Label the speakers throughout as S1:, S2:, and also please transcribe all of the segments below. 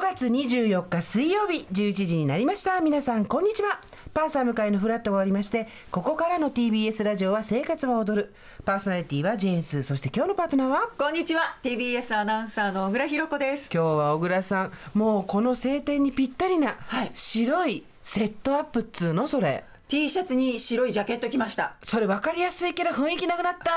S1: 月24日水曜日11時になりました皆さんこんにちはパンサー向かいのフラットが終わりましてここからの TBS ラジオは生活は踊るパーソナリティはジェーンスーそして今日のパートナーは
S2: こんにちは TBS アナウンサーの小倉弘子です
S1: 今日は小倉さんもうこの晴天にぴったりな
S2: はい
S1: 白いセットアップっつうのそれ
S2: T シャツに白いジャケット着ました
S1: それ分かりやすいけど雰囲気なくなった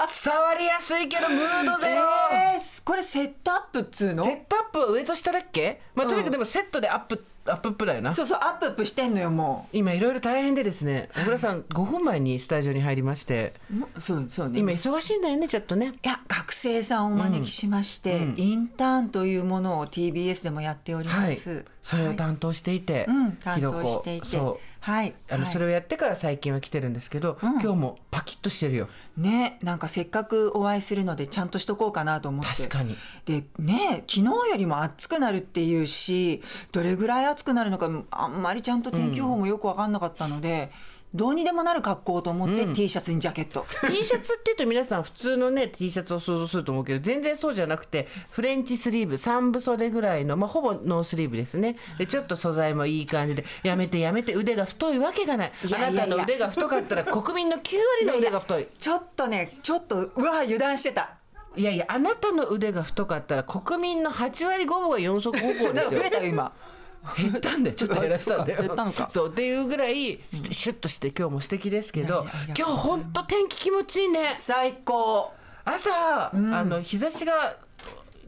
S1: 伝わりやすいけどムードゼロ、
S2: えー、これセットアップっつうの
S1: セットアップは上と下だっけ、まあ、とにか
S2: うん
S1: くでもセットでアップ、アップっぷだよな
S2: そうそうアップアップしてんのよも
S1: 今いろいろ大変でですね小倉さん5分前にスタジオに入りまして
S2: うもそうそうね
S1: 今
S2: い
S1: 忙しいんだよねちょっとね
S2: や学生さんをお招きしまして、インターンというものを TBS でもやっており
S1: は
S2: ま
S1: い
S2: す、
S1: それを担当していて、
S2: はいうん、担
S1: ひろ
S2: 当
S1: こ
S2: していて
S1: そう
S2: はい
S1: あの
S2: はい
S1: それをやってから最近は来てるんですけど、今日もパキッとしてるよ
S2: ねなんかせっかくお会いするのでちゃんとしとこうかなと思って
S1: 確かに
S2: でね昨日よりも暑くなるっていうしどれぐらい暑くなるのかあんまりちゃんと天気予報もよく分かんなかったので、どうにでもなる格好と思って、T シャツにジャケット
S1: T シャツっていうと皆さん普通のね T シャツを想像すると思うけど全然そうじゃなくてフレンチスリーブ三分袖ぐらいの、まあ、ほぼノースリーブですねでちょっと素材もいい感じでやめてやめて腕が太いわけがない
S2: いやいやいや
S1: あなたの腕が太かったら国民の9割の腕が太い
S2: ちょっとねちょっとうわ油断してた
S1: いやいやあなたの腕が太かったら国民の8割5分が4足5歩で
S2: なん
S1: す
S2: か増
S1: よ
S2: えたよ今
S1: 減ったんだよちょっと減らしたんだよ
S2: そうか減ったのか
S1: そうっていうぐらいシュッとして今日も素敵ですけど
S2: いやいやいや
S1: 今日ほんと天気気持ちいいね
S2: 最高
S1: 朝、あの日差しが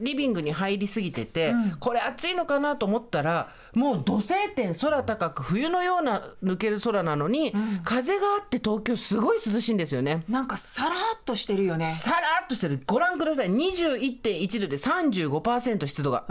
S1: リビングに入りすぎてて、これ暑いのかなと思ったらもう土星点空高く冬のような抜ける空なのに、風があって東京すごい涼しいんですよね。
S2: なんかさらっとしてるよね
S1: さらっとしてるご覧ください21.1度で35%湿度が、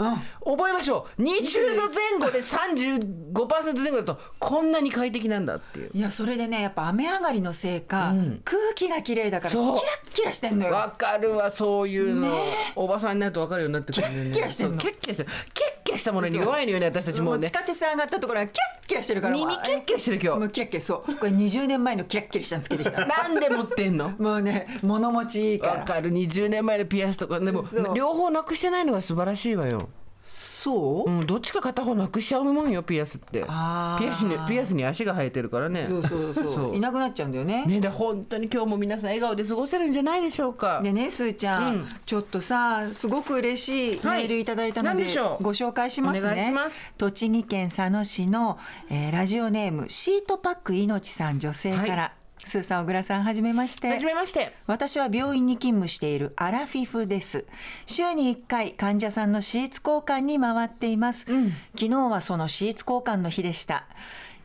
S1: 覚えましょう20度前後で35%前後だとこんなに快適なんだっていう
S2: いやそれでねやっぱ雨上がりのせいか、空気が綺麗だからキラ
S1: そう
S2: ッキラしてんのよ
S1: わかるわそういうの、おばさんになるとわかるようになってくるね
S2: キラッキラしてんの
S1: そうキラッキラしてるキラッキラしたものに弱いのよね私たちもう
S2: もう
S1: ね
S2: 地下鉄上がったところがキラッキラしてるから
S1: 耳キラッキラしてる今
S2: もう
S1: 日
S2: キラッキラそうこれ20年前のキラッキラしたのつけてきた
S1: なんで持ってん の
S2: もうね物持ちいいか
S1: わ
S2: ら
S1: かる20年前のピアスとかでも
S2: そう
S1: 両方なくしてないのが素晴らしいわよ
S2: そう、
S1: うん、どっちか片方なくしちゃうもんよピアスってピ
S2: あ
S1: ア
S2: ー
S1: スにピアスに足が生えてるからね
S2: そうそうそう
S1: そう
S2: いなくなっちゃうんだよね
S1: ねで本当に今日も皆さん笑顔で過ごせるんじゃないでしょうか、
S2: でねすーちゃん、ちょっとさすごく嬉しいメ
S1: はい
S2: ールいただいたの
S1: 何
S2: で,、
S1: でしょう
S2: ご紹介しますね
S1: お願いします
S2: 栃木県佐野市の、えーラジオネームシートパックいのちさん女性から、
S1: は
S2: すーさん小倉さんはじめまして
S1: はじめまして
S2: 私は病院に勤務しているアラフィフです週に1回患者さんのシーツ交換に回っています、昨日はそのシーツ交換の日でした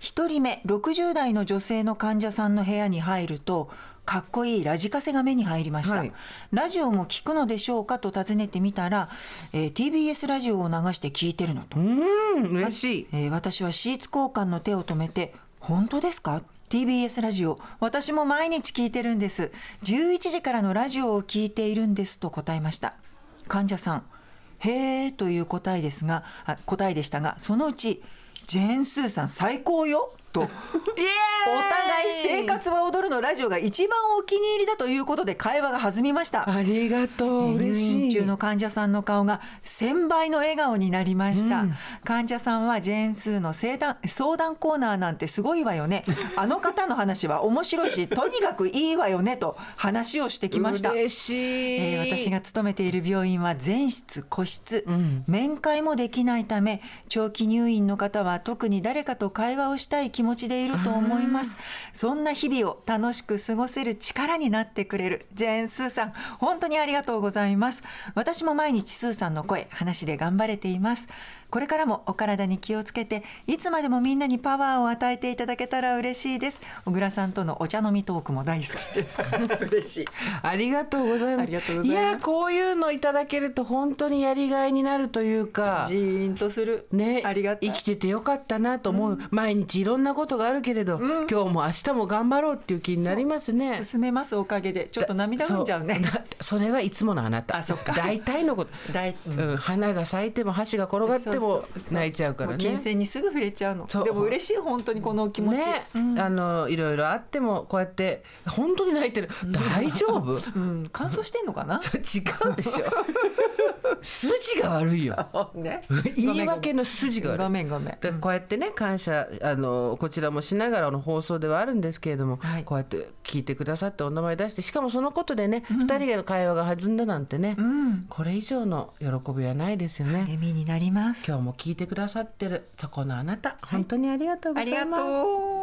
S2: 1人目60代の女性の患者さんの部屋に入るとかっこいいラジカセが目に入りました、
S1: はい
S2: ラジオも聞くのでしょうかと尋ねてみたら、えー TBS ラジオを流して聞いてるのと
S1: うん嬉しい
S2: えー私はシーツ交換の手を止めて「本当ですか?」TBS ラジオ私も毎日聞いてるんです11時からのラジオを聞いているんですと答えました患者さん「へえ」という答えですがあ答えでしたがそのうち「ジェーンスーさん最高よ」とお互い生活は踊るのラジオが一番お気に入りだということで会話が弾みました
S1: ありがと
S2: えー
S1: う嬉
S2: 入
S1: しい
S2: 院中の患者さんの顔が1000倍の笑顔になりました、患者さんはジェーンスーの相談相談コーナーなんてすごいわよ ねあの方の話は面白いしとにかくいいわよねと話をしてきました
S1: 嬉しい、
S2: えー私が勤めている病院は全室個室、面会もできないため長期入院の方は特に誰かと会話をしたい気持ちでいると思いますそんな日々を楽しく過ごせる力になってくれるジェーン・スーさん本当にありがとうございます私も毎日スーさんの声話で頑張れていますこれからもお体に気をつけていつまでもみんなにパワーを与えていただけたら嬉しいです小倉さんとのお茶飲みトークも大好きです嬉しい
S1: ありがとうございます
S2: ありがとうございます
S1: やこういうのいただけると本当にやりがいになるというか
S2: ジーンとする。
S1: ね、
S2: ありがたい
S1: 生きててよかったなと思う、毎日いろんなことがあるけれど、今日も明日も頑張ろうっていう気になりますね
S2: 進めますおかげで。ちょっと涙ぐんじゃうね。
S1: だそれはいつものあなた
S2: あそっか
S1: 大体のこと
S2: 大うん
S1: うん、花が咲いても箸が転がってでも泣いちゃうからね。
S2: 金銭にすぐ触れちゃうの
S1: そう
S2: でも嬉しい本当にこのお気持ち、
S1: ね、
S2: うん
S1: あのいろいろあってもこうやって本当に泣い てる大丈夫違
S2: うん、乾燥してんのかな
S1: うでしょ 筋が悪いよ
S2: ね
S1: 言い訳の筋が悪い
S2: 画面画面
S1: だからこうやってね感謝あのこちらもしながらの放送ではあるんですけれども、
S2: はい
S1: こうやって聞いてくださってお名前出してしかもそのことでね、二2人の会話が弾んだなんてね、
S2: うん
S1: これ以上の喜びはないですよね。
S2: 励みになります
S1: 今日も聞いてくださってるそこのあなた本当にありがとうご
S2: あ
S1: ざい
S2: り
S1: ます。
S2: がとう